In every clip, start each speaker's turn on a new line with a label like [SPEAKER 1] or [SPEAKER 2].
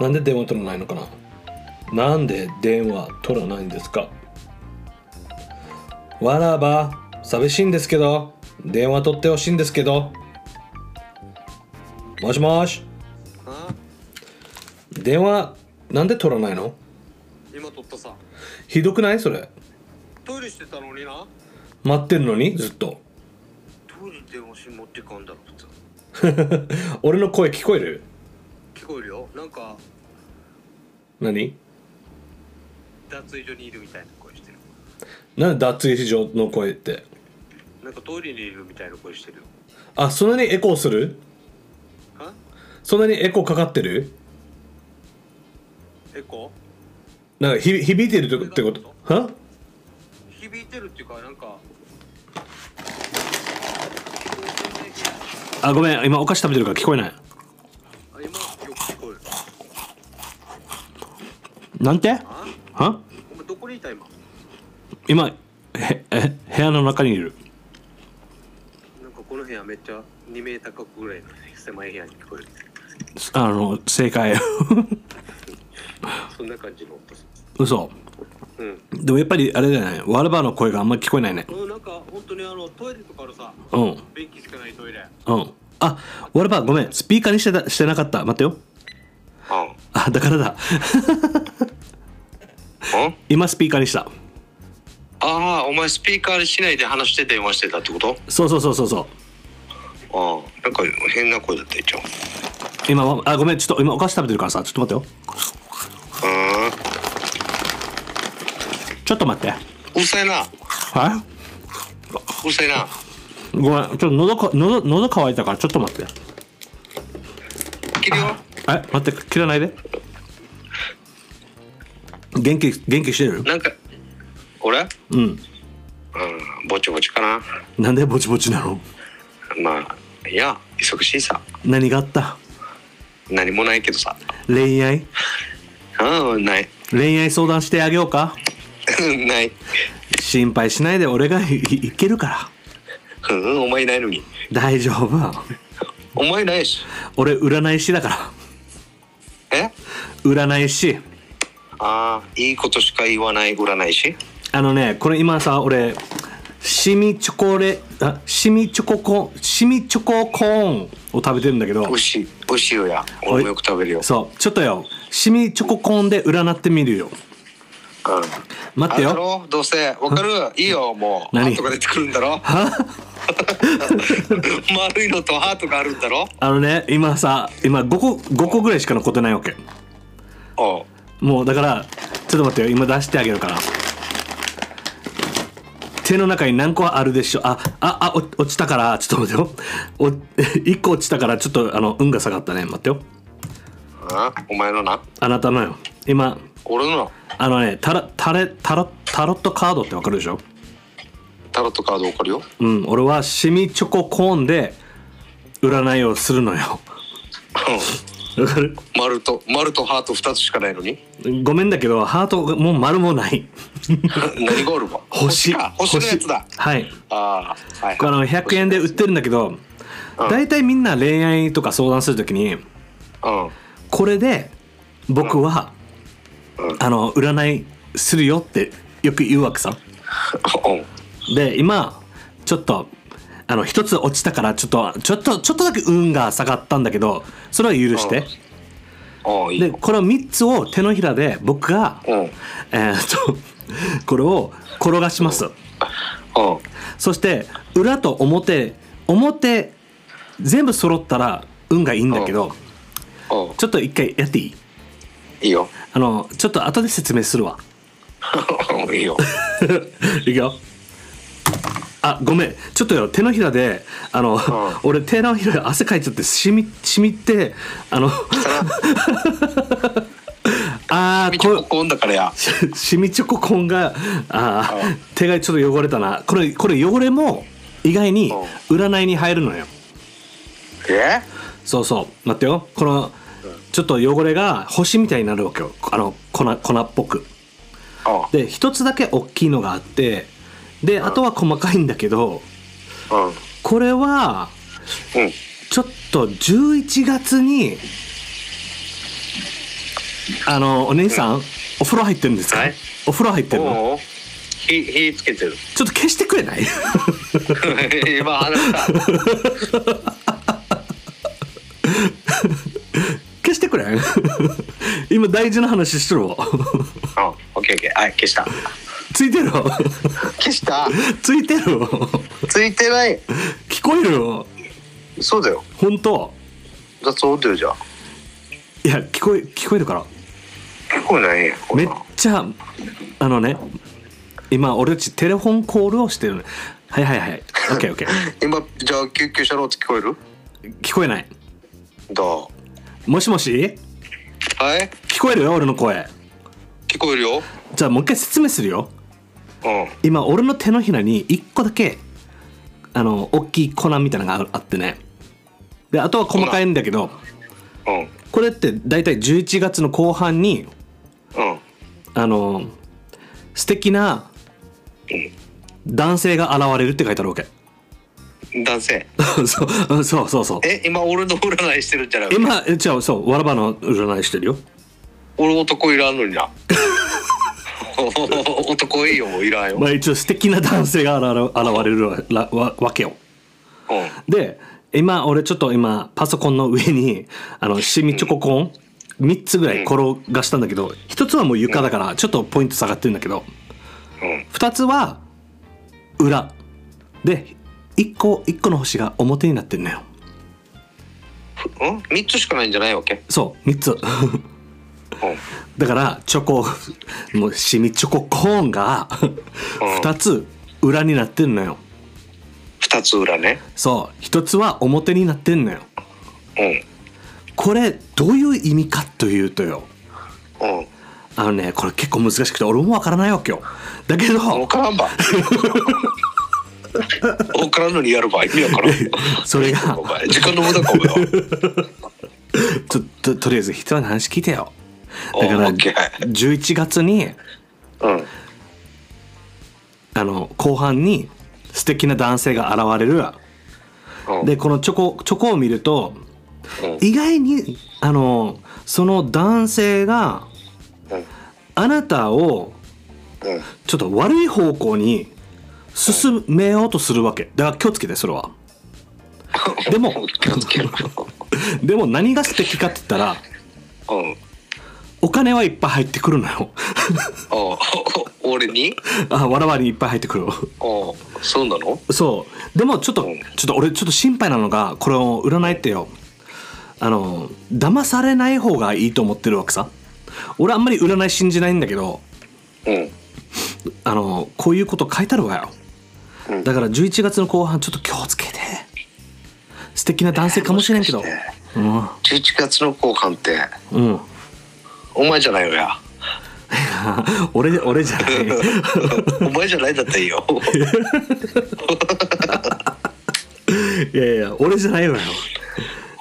[SPEAKER 1] なんで電話取らないのかななんで電話取らないんですかわらば寂しいんですけど電話取ってほしいんですけどもしもし
[SPEAKER 2] あ
[SPEAKER 1] 電話なんで取らないの
[SPEAKER 2] 今撮ったさ
[SPEAKER 1] ひどくないそれ
[SPEAKER 2] トイレしてたのにな
[SPEAKER 1] 待ってるのにずっと
[SPEAKER 2] トイレに電話し持ってかんだろ普通
[SPEAKER 1] 俺の声聞こえる
[SPEAKER 2] 聞こえるよなんか
[SPEAKER 1] 何
[SPEAKER 2] 脱衣所にいるみたいな声してる
[SPEAKER 1] なんで脱衣所の声って
[SPEAKER 2] なんかトイレにいるみたいな声してるよ
[SPEAKER 1] あそんなにエコーする
[SPEAKER 2] は
[SPEAKER 1] そんなにエコーかかってる
[SPEAKER 2] エコ
[SPEAKER 1] なんかひ響いてるってってことは
[SPEAKER 2] ー響いてるっていうかなんか
[SPEAKER 1] あごめん今お菓子食べてるから聞こえない
[SPEAKER 2] あ今よく聞こえる
[SPEAKER 1] なんて
[SPEAKER 2] あ
[SPEAKER 1] は
[SPEAKER 2] お前どこにいた今
[SPEAKER 1] 今へえ部屋の中にいる
[SPEAKER 2] なんかこの部屋めっちゃ2メーター角ぐらいの狭い部屋に聞こえる
[SPEAKER 1] あの正解
[SPEAKER 2] そんな感じの音
[SPEAKER 1] 嘘
[SPEAKER 2] うん
[SPEAKER 1] でもやっぱりあれだよねワルバーの声があんま聞こえないね
[SPEAKER 2] うんなんか本当にあのトイレとかあるさ
[SPEAKER 1] うん
[SPEAKER 2] 便器しかないトイレ
[SPEAKER 1] うんあワルバーごめんスピーカーにしてたしてなかった待ってよ
[SPEAKER 2] あ
[SPEAKER 1] あだからだ
[SPEAKER 2] あ
[SPEAKER 1] 今スピーカーにした
[SPEAKER 2] ああお前スピーカーしないで話して電話してたってこと
[SPEAKER 1] そうそうそうそうそう
[SPEAKER 2] ああなんか変な声だった一応
[SPEAKER 1] 今はあごめんちょっと今お菓子食べてるからさちょっと待って
[SPEAKER 2] うん
[SPEAKER 1] よちょっと待って
[SPEAKER 2] うるさいな
[SPEAKER 1] はいう
[SPEAKER 2] るさいな
[SPEAKER 1] ごめんちょっと喉か喉喉乾いたからちょっと待って
[SPEAKER 2] 切るよ
[SPEAKER 1] え待って切らないで元気元気してる
[SPEAKER 2] なんか俺うん
[SPEAKER 1] うん
[SPEAKER 2] ぼちぼちかな
[SPEAKER 1] なんでぼちぼちなの
[SPEAKER 2] まあいや忙しいさ
[SPEAKER 1] 何があった
[SPEAKER 2] 何もないけどさ
[SPEAKER 1] 恋愛
[SPEAKER 2] うんない
[SPEAKER 1] 恋愛相談してあげようか
[SPEAKER 2] ない
[SPEAKER 1] 心配しないで俺がいいけるから
[SPEAKER 2] うんお前いないのに
[SPEAKER 1] 大丈夫
[SPEAKER 2] お前ないし
[SPEAKER 1] 俺占い師だから
[SPEAKER 2] え
[SPEAKER 1] 占い師
[SPEAKER 2] ああいいことしか言わない占い師
[SPEAKER 1] あのねこれ今さ俺シミチョコレあシミチョココーンシミチョココーンを食べてるんだけど
[SPEAKER 2] 牛牛よや俺もよく食べるよ
[SPEAKER 1] そうちょっとよシミチョココーンで占ってみるよ
[SPEAKER 2] うん
[SPEAKER 1] 待って
[SPEAKER 2] あ
[SPEAKER 1] よ
[SPEAKER 2] のどうせわかるいいよもう
[SPEAKER 1] 何
[SPEAKER 2] ハートが出てくるんだろ 丸いのとハートがあるんだろ
[SPEAKER 1] あのね今さ今5個5個ぐらいしか残ってないわけ
[SPEAKER 2] おう
[SPEAKER 1] もうだからちょっと待ってよ今出してあげるから手の中に何個あるでしょあああお落ちたからちょっと待ってよお 一個落ちたからちょっとあの運が下がったね待ってよ
[SPEAKER 2] あお前のな
[SPEAKER 1] あなたのよ今
[SPEAKER 2] 俺の
[SPEAKER 1] あのねタラタレタロタロットカードってわかるでしょ
[SPEAKER 2] タロットカードわかるよ
[SPEAKER 1] うん俺はシミチョココーンで占いをするのよわかる
[SPEAKER 2] 丸と丸とハート二つしかない のに
[SPEAKER 1] ごめんだけどハートがもう丸もない
[SPEAKER 2] 何があるわ
[SPEAKER 1] 星
[SPEAKER 2] か星のやつだ
[SPEAKER 1] 星はい
[SPEAKER 2] ああはい
[SPEAKER 1] あの100円で売ってるんだけど大体みんな恋愛とか相談するときに
[SPEAKER 2] うん
[SPEAKER 1] これで僕は、
[SPEAKER 2] うん
[SPEAKER 1] あの占いするよってよく言うわけさ
[SPEAKER 2] うん
[SPEAKER 1] で今ちょっとあの一つ落ちたからちょっとちょっとちょっとだけ運が下がったんだけどそれは許して
[SPEAKER 2] ああいい
[SPEAKER 1] で
[SPEAKER 2] よ
[SPEAKER 1] この3つを手のひらで僕が、
[SPEAKER 2] うんうん
[SPEAKER 1] えーっとこれを転がしますそして裏と表表全部揃ったら運がいいんだけど
[SPEAKER 2] うん
[SPEAKER 1] ちょっと一回やっていい
[SPEAKER 2] いいよ
[SPEAKER 1] あのちょっと後で説明するわ
[SPEAKER 2] いいよ
[SPEAKER 1] いくよあごめんちょっとよ手のひらであの、俺手のひらで汗かいちゃってしみしみってあの あー
[SPEAKER 2] みちょ
[SPEAKER 1] こ
[SPEAKER 2] ここんだからや
[SPEAKER 1] うしみチョココンがあー手がちょっと汚れたなこれこれ汚れも意外に占いに入るのよ
[SPEAKER 2] え
[SPEAKER 1] そうそう待ってよこのちょっと汚れが星みたいになるわけよあの粉粉っぽく
[SPEAKER 2] あ
[SPEAKER 1] で一つだけ大きいのがあってであとは細かいんだけど
[SPEAKER 2] あうん
[SPEAKER 1] これは
[SPEAKER 2] うん
[SPEAKER 1] ちょっと11月にあのお姉さん、お風呂入ってるんですか、
[SPEAKER 3] はい
[SPEAKER 1] お風呂入ってるの
[SPEAKER 3] おう火火つけてる
[SPEAKER 1] ちょっと消してくれない
[SPEAKER 3] 今話した
[SPEAKER 1] 消してくれ 今大事な話してるわ
[SPEAKER 3] うんオッケーオッケーはい消した
[SPEAKER 1] ついてるわ
[SPEAKER 3] 消した
[SPEAKER 1] ついてるわ
[SPEAKER 3] ついてない
[SPEAKER 1] 聞こえるわ
[SPEAKER 3] そうだよ
[SPEAKER 1] 本当
[SPEAKER 3] 雑音だよじゃあ
[SPEAKER 1] いや聞こえ聞こえるから
[SPEAKER 3] 聞こえないやんこん
[SPEAKER 1] め
[SPEAKER 3] な
[SPEAKER 1] っ
[SPEAKER 3] ん
[SPEAKER 1] ちゃあのね今俺たちテレフォンコールをしてるのはいはいはい OKOK
[SPEAKER 3] 今じゃあ救急車の音聞こえる
[SPEAKER 1] 聞こえない
[SPEAKER 3] だは
[SPEAKER 1] もしもし
[SPEAKER 3] い
[SPEAKER 1] 聞こえるよ俺の声
[SPEAKER 3] 聞こえるよ
[SPEAKER 1] じゃあもう一回説明するよ
[SPEAKER 3] うん
[SPEAKER 1] 今俺の手のひらに一個だけあの大きい粉みたいなのがああってねであとは細かいんだけど
[SPEAKER 3] うん
[SPEAKER 1] これって大体11月の後半に
[SPEAKER 3] うん
[SPEAKER 1] あの素敵な男性が現れるって書いてあるわけ
[SPEAKER 3] 男性
[SPEAKER 1] そうそうそうそう
[SPEAKER 3] え今俺の占いしてるんじゃない
[SPEAKER 1] 今えじゃあそうわらばの占いしてるよ
[SPEAKER 3] 俺男いらんのにな 男いいよもういらんよ、
[SPEAKER 1] まあ一応素敵な男性が現れ現れるわらわわけよ
[SPEAKER 3] うん
[SPEAKER 1] で今俺ちょっと今パソコンの上にあのシミチョココーン3つぐらい転がしたんだけど1つはもう床だからちょっとポイント下がってるんだけど
[SPEAKER 3] うん
[SPEAKER 1] 2つは裏で1個1個の星が表になってんのよ
[SPEAKER 3] うん、三つしかないんじゃないわけ。
[SPEAKER 1] そう3つ
[SPEAKER 3] う
[SPEAKER 1] だからチョコもうシミチョココーンが2つ裏になってんのよ
[SPEAKER 3] 二つ裏ね。
[SPEAKER 1] そう一つは表になってんのよ
[SPEAKER 3] う
[SPEAKER 1] これどういう意味かというとよ
[SPEAKER 3] ん。うん。
[SPEAKER 1] あのねこれ結構難しくて俺もわからないわけよだけ
[SPEAKER 3] わ
[SPEAKER 1] ど
[SPEAKER 3] からんば。わからんのにやるば意味わからん。
[SPEAKER 1] それが
[SPEAKER 3] お前時間の無駄かお前は。
[SPEAKER 1] とととりあえず人の話聞いてよ だか
[SPEAKER 3] お
[SPEAKER 1] ら
[SPEAKER 3] オッケー
[SPEAKER 1] 11月に
[SPEAKER 3] うん。
[SPEAKER 1] あの後半に素敵な男性が現れる
[SPEAKER 3] うん
[SPEAKER 1] でこのチョコチョコを見ると
[SPEAKER 3] うん
[SPEAKER 1] 意外にあのその男性が
[SPEAKER 3] うん
[SPEAKER 1] あなたを
[SPEAKER 3] うん
[SPEAKER 1] ちょっと悪い方向に進めようとするわけだから気をつけてそれはでも
[SPEAKER 3] 気をつけろ。
[SPEAKER 1] でも何が素敵かって言ったら
[SPEAKER 3] うん。
[SPEAKER 1] お金はいっぱい入ってくるのよ
[SPEAKER 3] お俺に？
[SPEAKER 1] あわらわにいっぱい入ってくる
[SPEAKER 3] おそうなの？
[SPEAKER 1] そうでもちょっと
[SPEAKER 3] うん
[SPEAKER 1] ちょっと俺ちょっと心配なのがこれを占いってよあの騙されない方がいいと思ってるわけさ俺あんまり占い信じないんだけど
[SPEAKER 3] うん。
[SPEAKER 1] あのこういうこと書いてあるわよ
[SPEAKER 3] うん
[SPEAKER 1] だから11月の後半ちょっと気をつけて素敵な男性かもしれんけど、
[SPEAKER 3] もしか
[SPEAKER 1] うん
[SPEAKER 3] 十一月の後半って
[SPEAKER 1] うん
[SPEAKER 3] お前じゃないよや。
[SPEAKER 1] 俺俺じゃ ない
[SPEAKER 3] お前じゃないだっていいよ。
[SPEAKER 1] いやいや俺じゃないわよ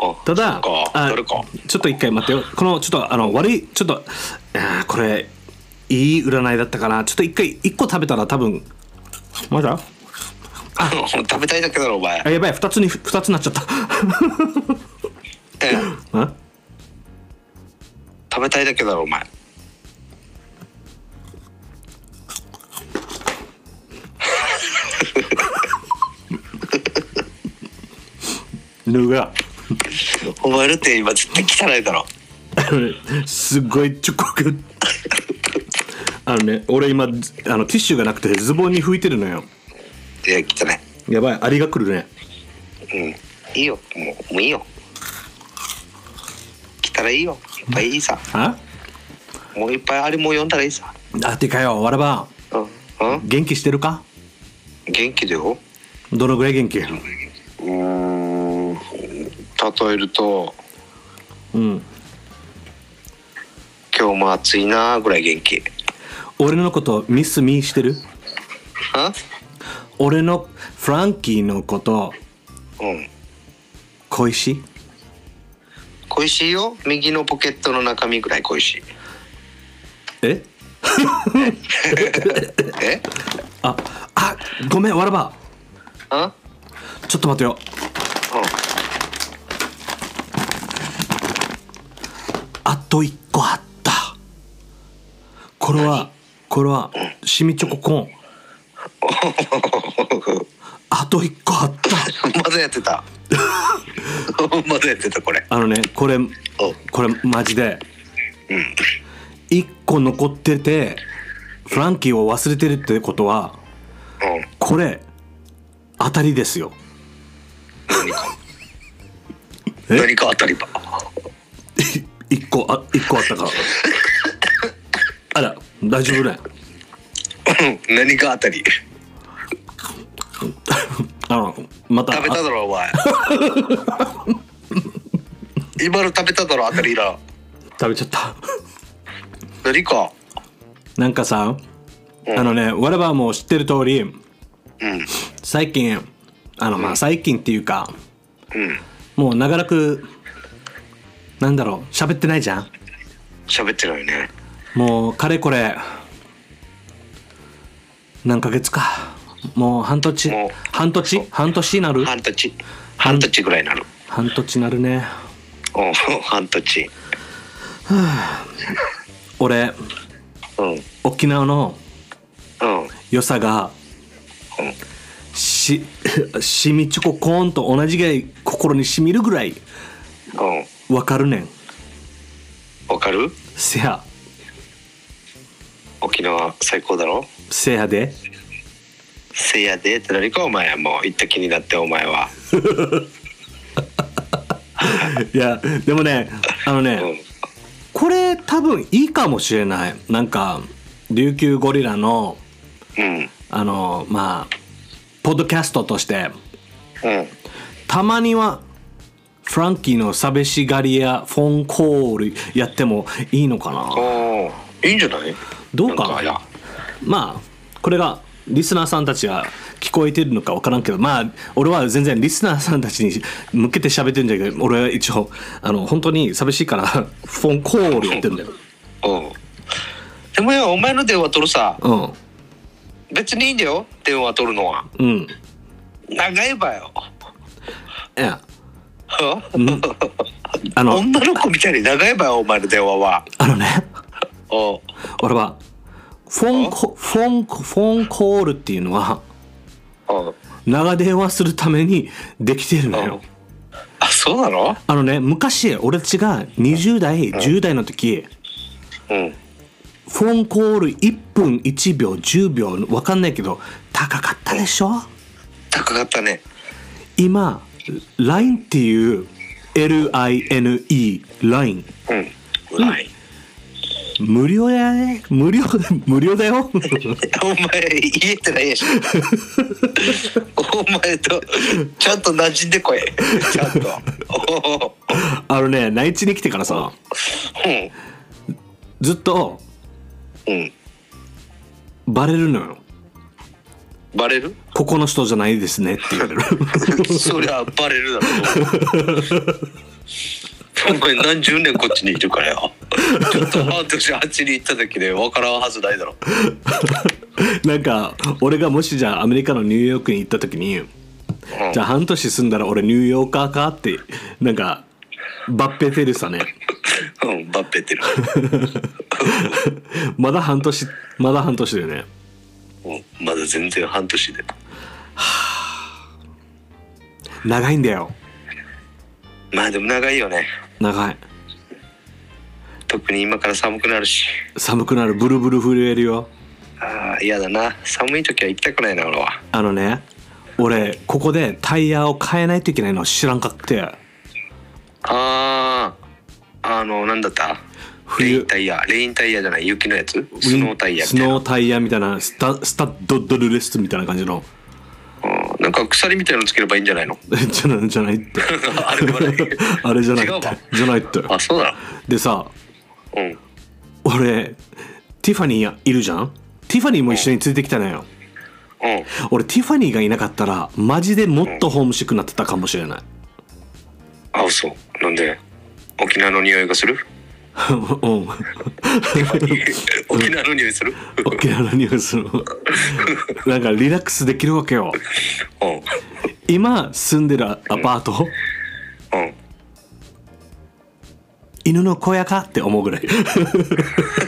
[SPEAKER 3] あ
[SPEAKER 1] ただ
[SPEAKER 3] そっか
[SPEAKER 1] あ
[SPEAKER 3] 誰か。
[SPEAKER 1] ちょっと一回待ってよこのちょっとあの悪いちょっとあーこれいい占いだったかなちょっと一回一個食べたら多分まだ
[SPEAKER 3] あの 食べたいだけだろお前
[SPEAKER 1] あ。やばい二つに二つになっちゃった
[SPEAKER 3] ええ
[SPEAKER 1] あ
[SPEAKER 3] 食べたいだけだろお前。
[SPEAKER 1] ぬが
[SPEAKER 3] お前だって今絶対汚いだろ。
[SPEAKER 1] すごいチョコがあのね俺今ずあのティッシュがなくてズボンに拭いてるのよ
[SPEAKER 3] いや汚い。
[SPEAKER 1] やばいアリが来るね
[SPEAKER 3] うん。いいよもうもういいよ。汚いいよ。いっぱいいいさ。
[SPEAKER 1] あ
[SPEAKER 3] もういっぱいあれもう読んだらいいさ。
[SPEAKER 1] あてかよわらば
[SPEAKER 3] うん。うん。
[SPEAKER 1] 元気してるか
[SPEAKER 3] 元気だよ。
[SPEAKER 1] どのぐらい元気
[SPEAKER 3] うーん。例えると
[SPEAKER 1] うん
[SPEAKER 3] 今日も暑いなぐらい元気。
[SPEAKER 1] 俺のことミスミーしてる
[SPEAKER 3] あ？
[SPEAKER 1] 俺のフランキーのこと
[SPEAKER 3] うん。
[SPEAKER 1] 恋し
[SPEAKER 3] 恋しいよ。右のポケットの中身ぐらい恋しい。
[SPEAKER 1] え
[SPEAKER 3] え？
[SPEAKER 1] ああごめんわらば
[SPEAKER 3] あ？
[SPEAKER 1] ちょっと待てよあと一個あったこれはこれはシミチョココーンあと一個あった
[SPEAKER 3] まだやってた まだやってたこれ
[SPEAKER 1] あのねこれ
[SPEAKER 3] お
[SPEAKER 1] これマジで一個残っててフランキーを忘れてるってことは
[SPEAKER 3] うん
[SPEAKER 1] これ当たりですよ
[SPEAKER 3] 何か
[SPEAKER 1] え
[SPEAKER 3] 何か当たりば
[SPEAKER 1] 一個あ一個あったからあら大丈夫ね
[SPEAKER 3] うん何か当たり
[SPEAKER 1] あのまた
[SPEAKER 3] 食べただろお前 今の食べただろ当たりいらん
[SPEAKER 1] あ食べちゃった
[SPEAKER 3] 何か
[SPEAKER 1] なんかさ、
[SPEAKER 3] うん
[SPEAKER 1] あのね我々も知ってる通り
[SPEAKER 3] うん
[SPEAKER 1] 最近あのまあ最近っていうか
[SPEAKER 3] うん
[SPEAKER 1] もう長らくなんだろう喋ってないじゃん
[SPEAKER 3] 喋ってないね
[SPEAKER 1] もうかれこれ何ヶ月かもう半年
[SPEAKER 3] もう
[SPEAKER 1] 半年半年なる
[SPEAKER 3] 半年半年ぐらいになる
[SPEAKER 1] 半年なるね
[SPEAKER 3] うん 半年
[SPEAKER 1] 俺
[SPEAKER 3] うん
[SPEAKER 1] 沖縄の
[SPEAKER 3] うん
[SPEAKER 1] 良さがし しみチョココーンと同じぐらい心にしみるぐらい
[SPEAKER 3] うん
[SPEAKER 1] わかるねん
[SPEAKER 3] わかる
[SPEAKER 1] せや
[SPEAKER 3] 沖縄最高だろ
[SPEAKER 1] せやで
[SPEAKER 3] せやでって何かお前もう行った気になってお前はい
[SPEAKER 1] やでもねあの
[SPEAKER 3] うん
[SPEAKER 1] ねこれ多分いいかもしれないなんか琉球ゴリラの
[SPEAKER 3] うん
[SPEAKER 1] あのまあポッドキャストとして
[SPEAKER 3] うん
[SPEAKER 1] たまにはフランキーの寂しがりやフォンコールやってもいいのかな
[SPEAKER 3] おーいいんじゃない
[SPEAKER 1] どうか
[SPEAKER 3] なんいや
[SPEAKER 1] まあこれがリスナーさんたちが聞こえてるのか分からんけどまあ俺は全然リスナーさんたちに向けて喋ってるんじゃけど俺は一応あの本当に寂しいからフォンコールやってるんだよ。
[SPEAKER 3] うんでもよお前の電話取るさ
[SPEAKER 1] うん
[SPEAKER 3] 別にいいんだよ電話取るのは
[SPEAKER 1] うんい
[SPEAKER 3] 長いばよ
[SPEAKER 1] やんあの
[SPEAKER 3] 女の子みたいに長いばよお前の電話は
[SPEAKER 1] あのね
[SPEAKER 3] お
[SPEAKER 1] 俺はフォンコフォンコフォンコールっていうのは
[SPEAKER 3] お
[SPEAKER 1] 長電話するためにできてるのよ。
[SPEAKER 3] あそうなの
[SPEAKER 1] あのね昔俺たちが20代10代の時
[SPEAKER 3] うん
[SPEAKER 1] フォンコール1分1秒10秒わかんないけど高かったでしょ
[SPEAKER 3] 高かったね
[SPEAKER 1] 今 LINE っていう LINE LINE
[SPEAKER 3] うんうまい
[SPEAKER 1] 無料やね無料無料だよ
[SPEAKER 3] お前言えてないやしお前とちゃんと馴染んでこいちゃんとおお
[SPEAKER 1] あのね内地に来てからさずっと
[SPEAKER 3] うんうん
[SPEAKER 1] バレるのよ
[SPEAKER 3] バレる
[SPEAKER 1] ここの人じゃないですねって言われる
[SPEAKER 3] そりゃバレるだろお前何十年こっちにいるからよちょっと半年あっちに行った時で分からんはずないだろ
[SPEAKER 1] なんか俺がもしじゃあアメリカのニューヨークに行った時に
[SPEAKER 3] うん
[SPEAKER 1] じゃあ半年住んだら俺ニューヨーカーかってなんかバッペテルさね
[SPEAKER 3] うんバッペってる
[SPEAKER 1] まだ半年まだ半年だよね
[SPEAKER 3] うんまだ全然半年で
[SPEAKER 1] 長いんだよ
[SPEAKER 3] まあでも長いよね
[SPEAKER 1] 長い
[SPEAKER 3] 特に今から寒くなるし
[SPEAKER 1] 寒くなるブルブル震えるよ
[SPEAKER 3] ああ嫌だな寒い時は行きたくないな俺は
[SPEAKER 1] あのね俺ここでタイヤを変えないといけないの知らんかって
[SPEAKER 3] あああのなんだったレイ
[SPEAKER 1] 冬
[SPEAKER 3] ンタイヤレインタイヤじゃない雪のやつ
[SPEAKER 1] ウィン
[SPEAKER 3] スノータイヤ
[SPEAKER 1] ス
[SPEAKER 3] みたいな
[SPEAKER 1] ノータイヤみたいなスタスタッドドルレスみたいな感じの
[SPEAKER 3] うんなんか鎖みたいなのつければいいんじゃないの
[SPEAKER 1] じゃないじゃないって
[SPEAKER 3] あれは ね
[SPEAKER 1] あれじゃない
[SPEAKER 3] 違
[SPEAKER 1] っ
[SPEAKER 3] うわ
[SPEAKER 1] てじゃないって
[SPEAKER 3] あそうだ
[SPEAKER 1] でさ
[SPEAKER 3] うん
[SPEAKER 1] 俺ティファニーいるじゃんティファニーも一緒に連れてきたのよ
[SPEAKER 3] うん
[SPEAKER 1] 俺ティファニーがいなかったらマジでもっとホームシックになってたかもしれない
[SPEAKER 3] あそうなんで沖縄の匂いがする
[SPEAKER 1] うん
[SPEAKER 3] 沖縄の匂いする
[SPEAKER 1] 沖縄のニュースのなんかリラックスできるわけよ
[SPEAKER 3] うんうん
[SPEAKER 1] 今住んでるアパート犬の小屋かって思うぐらい
[SPEAKER 3] 犬の小屋。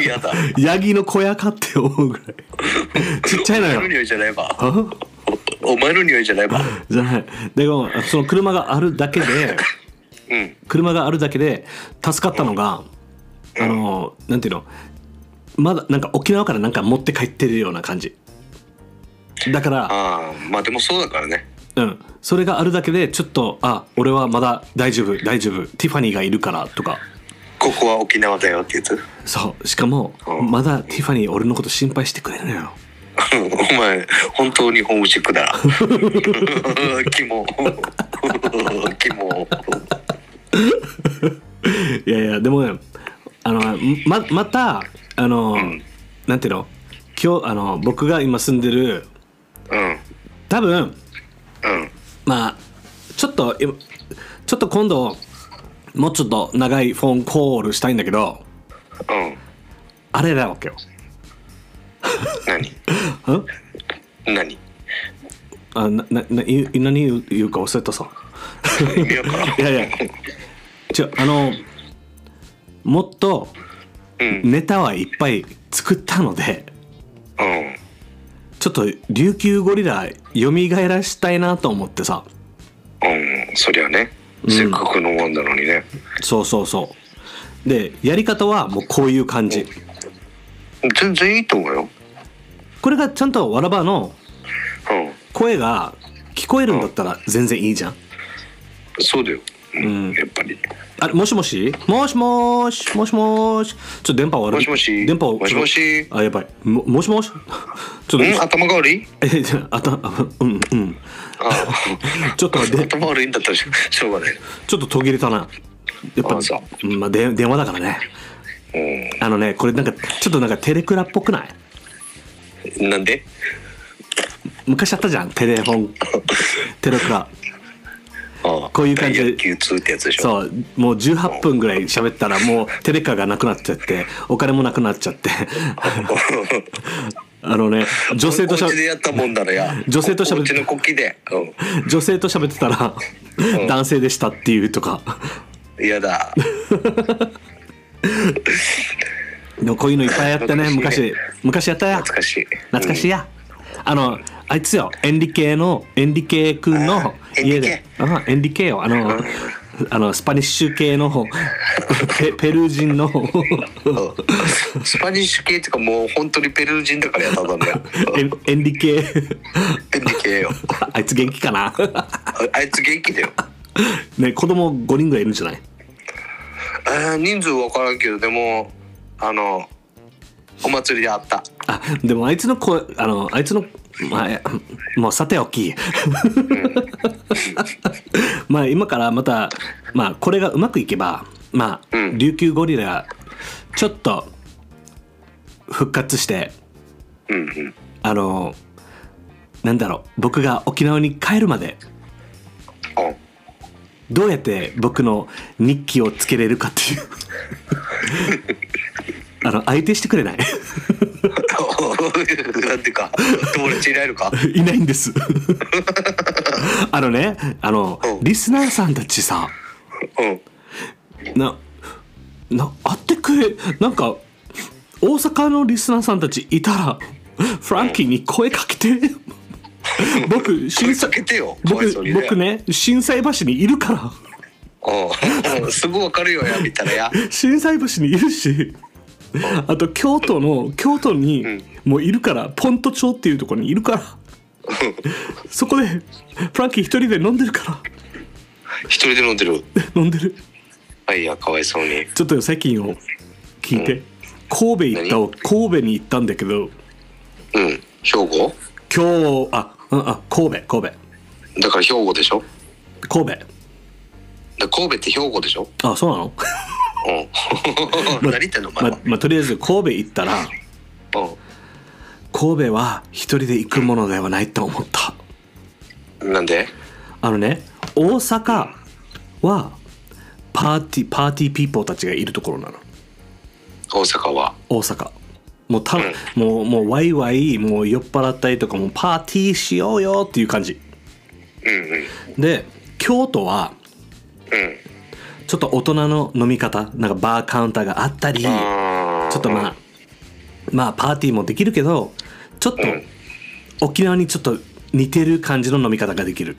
[SPEAKER 3] 嫌だ。
[SPEAKER 1] ヤギの小屋かって思うぐらい ちっちゃいの
[SPEAKER 3] お前の
[SPEAKER 1] よ
[SPEAKER 3] 匂いじゃないわ。
[SPEAKER 1] あ
[SPEAKER 3] お前の匂いじゃないわ。
[SPEAKER 1] じゃないでもその車があるだけで
[SPEAKER 3] うん。
[SPEAKER 1] 車があるだけで助かったのが、あのなんていうのまだなんか沖縄からなんか持って帰ってるような感じだから、
[SPEAKER 3] ああ、まあでもそうだからね。
[SPEAKER 1] うん、それがあるだけでちょっとあ俺はまだ大丈夫大丈夫ティファニーがいるからとか
[SPEAKER 3] ここは沖縄だよってやつ。
[SPEAKER 1] そうしかも
[SPEAKER 3] うん
[SPEAKER 1] まだティファニー俺のこと心配してくれるのよ
[SPEAKER 3] お前、本当にホームチェックだ な。キモ。 キモ。
[SPEAKER 1] いやいやでもねあのままたあの、
[SPEAKER 3] ん
[SPEAKER 1] なんていうの今日あの僕が今住んでる
[SPEAKER 3] うん。
[SPEAKER 1] 多分
[SPEAKER 3] うん。
[SPEAKER 1] まあちょっと今ちょっと今度もうちょっと長いフォンコールしたいんだけど
[SPEAKER 3] うん。
[SPEAKER 1] あれなわけよ
[SPEAKER 3] 何
[SPEAKER 1] ん
[SPEAKER 3] 何
[SPEAKER 1] あななない何言う言うか忘れたさ
[SPEAKER 3] 意味わからん
[SPEAKER 1] いや いや違うあのもっと
[SPEAKER 3] うん。
[SPEAKER 1] ネタはいっぱい作ったので
[SPEAKER 3] うん。
[SPEAKER 1] ちょっと琉球ゴリラ蘇らしたいなと思ってさ
[SPEAKER 3] うん、そりゃね、せっかくのもんだのにね。
[SPEAKER 1] そうそうそうでやり方はもうこういう感じ
[SPEAKER 3] 全然いいと思うよ。
[SPEAKER 1] これがちゃんとわらばの
[SPEAKER 3] うん、
[SPEAKER 1] 声が聞こえるんだったら全然いいじゃん
[SPEAKER 3] そうだよ。うん
[SPEAKER 1] うん
[SPEAKER 3] やっぱり。
[SPEAKER 1] あれもしもしもしもしもしもしちょっと電波悪い
[SPEAKER 3] もしもし。
[SPEAKER 1] 電波を
[SPEAKER 3] もしもし。
[SPEAKER 1] あやばいももしも しちょっ
[SPEAKER 3] うん、
[SPEAKER 1] と
[SPEAKER 3] 頭が悪い。
[SPEAKER 1] えじゃああたあうんうん
[SPEAKER 3] あ、
[SPEAKER 1] ちょっとで
[SPEAKER 3] 頭悪いんだったらしょしょうがない。
[SPEAKER 1] ちょっと途切れたなやっぱ
[SPEAKER 3] あそ
[SPEAKER 1] うんまあ、で電話だからねあのねこれなんかちょっとなんかテレクラっぽくない
[SPEAKER 3] うん、なんで。
[SPEAKER 1] 昔あったじゃんテレフォ ンテレクラ
[SPEAKER 3] あ
[SPEAKER 1] こういう感じで
[SPEAKER 3] 野球通ってやつでしょ。
[SPEAKER 1] そうもう18分ぐらい喋ったらもうテレカがなくなっちゃってお金もなくなっちゃって あのね女性としゃ
[SPEAKER 3] お家でやったもんだらや。
[SPEAKER 1] 女性と喋
[SPEAKER 3] お
[SPEAKER 1] って
[SPEAKER 3] 家の国旗で。
[SPEAKER 1] 女性と喋ってたら
[SPEAKER 3] ん
[SPEAKER 1] 男性でしたっていうとか
[SPEAKER 3] うん。やだ。
[SPEAKER 1] でもこういうのいっぱいやってね
[SPEAKER 3] 懐かしいね
[SPEAKER 1] 昔昔やったや
[SPEAKER 3] 懐かしい。
[SPEAKER 1] 懐かしいや、あのあいつよエンリケのエンリケ君
[SPEAKER 3] あ
[SPEAKER 1] の
[SPEAKER 3] ー
[SPEAKER 1] 家であエンリケよあのあのスパニッシュ系のペペルー人 の
[SPEAKER 3] うん。スパニッシュ系っていうか、もう本当にペルー人だからやっ たんだよ。
[SPEAKER 1] エンエンリケ
[SPEAKER 3] ペンでけえよ。
[SPEAKER 1] あいつ元気かな
[SPEAKER 3] ああいつ元気だよ。
[SPEAKER 1] ね子供5人ぐらいいるんじゃない
[SPEAKER 3] えー人数分からんけどでもあのお祭りであった
[SPEAKER 1] あでもあいつの声あのあいつのまあもうさておき まあ今からまたまあこれがうまくいけばまあ、
[SPEAKER 3] うん
[SPEAKER 1] 琉球ゴリラちょっと復活して
[SPEAKER 3] うんうん
[SPEAKER 1] あのなんだろう僕が沖縄に帰るまで
[SPEAKER 3] お
[SPEAKER 1] どうやって僕の日記をつけれるかっていう あの相手してくれない
[SPEAKER 3] なん ていうか友達いられるか
[SPEAKER 1] いないんです あのねあの
[SPEAKER 3] うん
[SPEAKER 1] リスナーさんたちさ
[SPEAKER 3] うん
[SPEAKER 1] なな会ってくれなんか大阪のリスナーさんたちいたらフランキーに声かけ て僕震
[SPEAKER 3] 声かけてよかわい
[SPEAKER 1] 僕
[SPEAKER 3] そうにね
[SPEAKER 1] 僕ね震災橋にいるから
[SPEAKER 3] うんすぐ分かるよや見たらや
[SPEAKER 1] 心斎橋にいるしあと京都の京都に
[SPEAKER 3] ん
[SPEAKER 1] もういるからポント町っていうところにいるからそこでフランキー一人で飲んでるか
[SPEAKER 3] 一人で飲んでる
[SPEAKER 1] ら飲んでる
[SPEAKER 3] あいやかわいそうに
[SPEAKER 1] ちょっと最近を聞いて神戸行った神戸に行ったんだけど
[SPEAKER 3] うん兵庫
[SPEAKER 1] 今日あうんあ神戸神
[SPEAKER 3] だから兵庫でしょ
[SPEAKER 1] 戸神
[SPEAKER 3] で神戸って兵庫でしょ
[SPEAKER 1] 戸あそうなの
[SPEAKER 3] うん何言ってんのお前
[SPEAKER 1] ま
[SPEAKER 3] は、
[SPEAKER 1] まとりあえず神戸行ったら神戸は一人で行くものではないと思った
[SPEAKER 3] うんなんで
[SPEAKER 1] あのね大阪はパーティーパーティーピーポーたちがいるところなの
[SPEAKER 3] 大阪は
[SPEAKER 1] 大阪もうた、
[SPEAKER 3] うん
[SPEAKER 1] もうもうワイワイもう酔っ払ったりとかもうパーティーしようよっていう感じ
[SPEAKER 3] うんうん
[SPEAKER 1] で京都は
[SPEAKER 3] うん
[SPEAKER 1] ちょっと大人の飲み方なんかバーカウンターがあったりちょ
[SPEAKER 3] あー
[SPEAKER 1] っとまあまあパーティーもできるけどちょっ
[SPEAKER 3] うん
[SPEAKER 1] と沖縄にちょっと似てる感じの飲み方ができる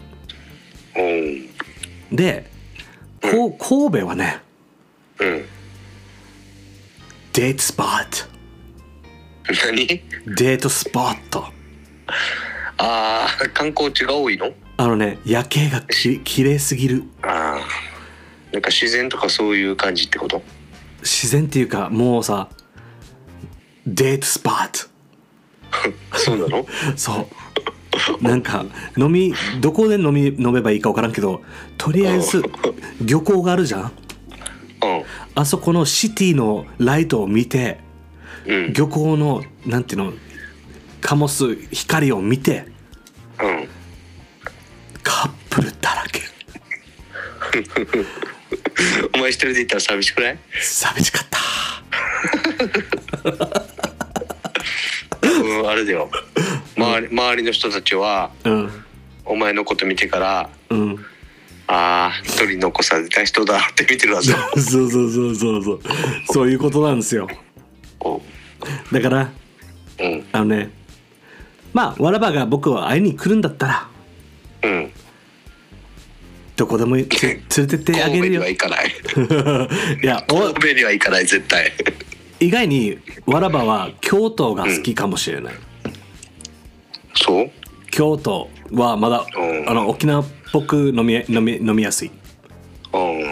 [SPEAKER 3] うん
[SPEAKER 1] でこう神戸はね
[SPEAKER 3] うん
[SPEAKER 1] デートスポッ
[SPEAKER 3] 何
[SPEAKER 1] トデートスポット
[SPEAKER 3] ああ観光地が多いの
[SPEAKER 1] あのね夜景がき綺麗すぎる
[SPEAKER 3] ああなんか自然とかそういう感じってこと
[SPEAKER 1] 自然っていうかもうさデートスポッ
[SPEAKER 3] そうな
[SPEAKER 1] ト
[SPEAKER 3] の
[SPEAKER 1] そうなんか飲みどこで飲み飲めばいいか分からんけどとりあえず漁港があるじゃんあそこのシティのライトを見て
[SPEAKER 3] うんうん
[SPEAKER 1] 漁港のなんていうの醸す光を見て
[SPEAKER 3] うん
[SPEAKER 1] カップルだらけ
[SPEAKER 3] お前一人で行ったら寂し くない
[SPEAKER 1] 寂しかった
[SPEAKER 3] うんあれだよ周り周りの人たちは
[SPEAKER 1] うん
[SPEAKER 3] お前のこと見てから
[SPEAKER 1] うん
[SPEAKER 3] ああ一人残された人だって見てるは ずだ
[SPEAKER 1] そうそうそうそうそうそういうことなんですよ
[SPEAKER 3] お
[SPEAKER 1] だから
[SPEAKER 3] うん
[SPEAKER 1] あのねまあわらばが僕は会いに来るんだったら
[SPEAKER 3] うん
[SPEAKER 1] どこでもつ連れてってあげ
[SPEAKER 3] 神戸
[SPEAKER 1] る
[SPEAKER 3] に
[SPEAKER 1] よ
[SPEAKER 3] は行かない
[SPEAKER 1] いやお
[SPEAKER 3] 神戸には行かない絶対
[SPEAKER 1] 意外にわらばは京都が好きかもしれない、
[SPEAKER 3] そう
[SPEAKER 1] 京都はまだ
[SPEAKER 3] うん
[SPEAKER 1] あの沖縄っぽく飲み飲み飲みやすい
[SPEAKER 3] うん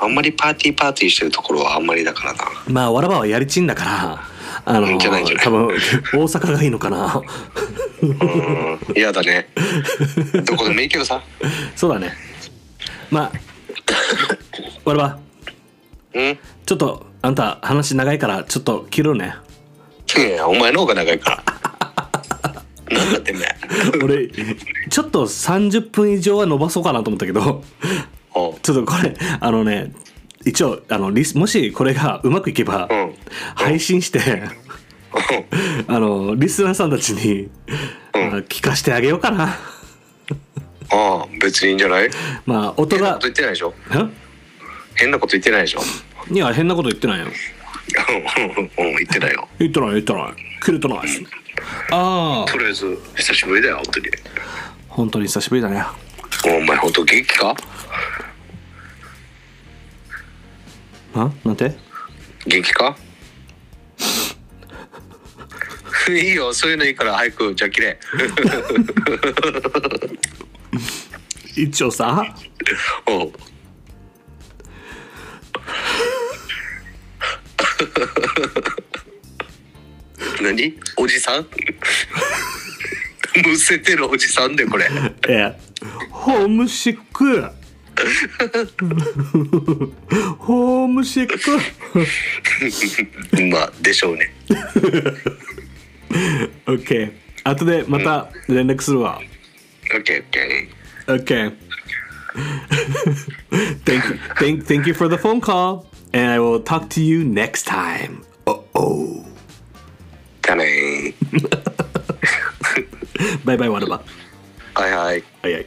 [SPEAKER 3] あんまりパーティーパーティーしてるところはあんまりだからな
[SPEAKER 1] まあわらばはやりちんだからあの
[SPEAKER 3] うんじゃないじゃない
[SPEAKER 1] 多分大阪がいいのかな
[SPEAKER 3] うん嫌だねどこでもいいけどさ
[SPEAKER 1] そうだねまあわらば
[SPEAKER 3] うん
[SPEAKER 1] ちょっとあんた話長いからちょっと切ろうね
[SPEAKER 3] いやいやお前の方が長いからなんだってめえ
[SPEAKER 1] 俺ちょっと30分以上は伸ばそうかなと思ったけど
[SPEAKER 3] おう
[SPEAKER 1] ちょっとこれあのね一応あのリスもしこれがうまくいけば、
[SPEAKER 3] うん
[SPEAKER 1] 配信してあのリスナーさんたちに、
[SPEAKER 3] う
[SPEAKER 1] あ
[SPEAKER 3] ん
[SPEAKER 1] の聞かせてあげようかな
[SPEAKER 3] ああ別にいいんじゃない変
[SPEAKER 1] まあ音
[SPEAKER 3] な
[SPEAKER 1] が
[SPEAKER 3] こと言ってないでしょ
[SPEAKER 1] ん
[SPEAKER 3] 変なこと言ってないでしょ
[SPEAKER 1] いや変なこと言ってないよ
[SPEAKER 3] うんうんうん言ってないよ
[SPEAKER 1] 言ってない言ってない切れてないですああ
[SPEAKER 3] とりあえず久しぶりだよ本当に
[SPEAKER 1] 本当に久しぶりだね
[SPEAKER 3] お前本当元気か
[SPEAKER 1] あなんて
[SPEAKER 3] 元気かい いよそういうのいいから早くじゃあ切れ
[SPEAKER 1] 一応さ
[SPEAKER 3] おう 何おじさん むせてるおじさんでこれ
[SPEAKER 1] ええホームシックホームシック
[SPEAKER 3] まあでしょうね
[SPEAKER 1] OK 後でまた連絡するわ、
[SPEAKER 3] OKOK
[SPEAKER 1] Okay. thank you, thank, thank you for the phone call, and I will talk to you next time.
[SPEAKER 3] だねー
[SPEAKER 1] Bye bye, Wadaba.
[SPEAKER 3] はいはい
[SPEAKER 1] Aye, aye.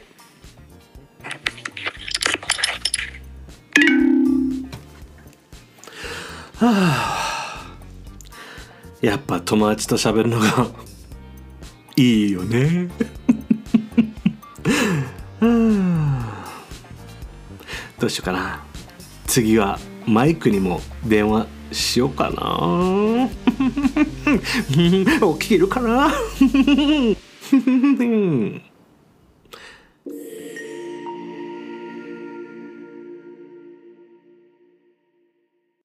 [SPEAKER 1] はあやっぱ友達と喋るのが いいよね。 はあどうしようかな。次はマイクにも電話しようかな。 起きるかな。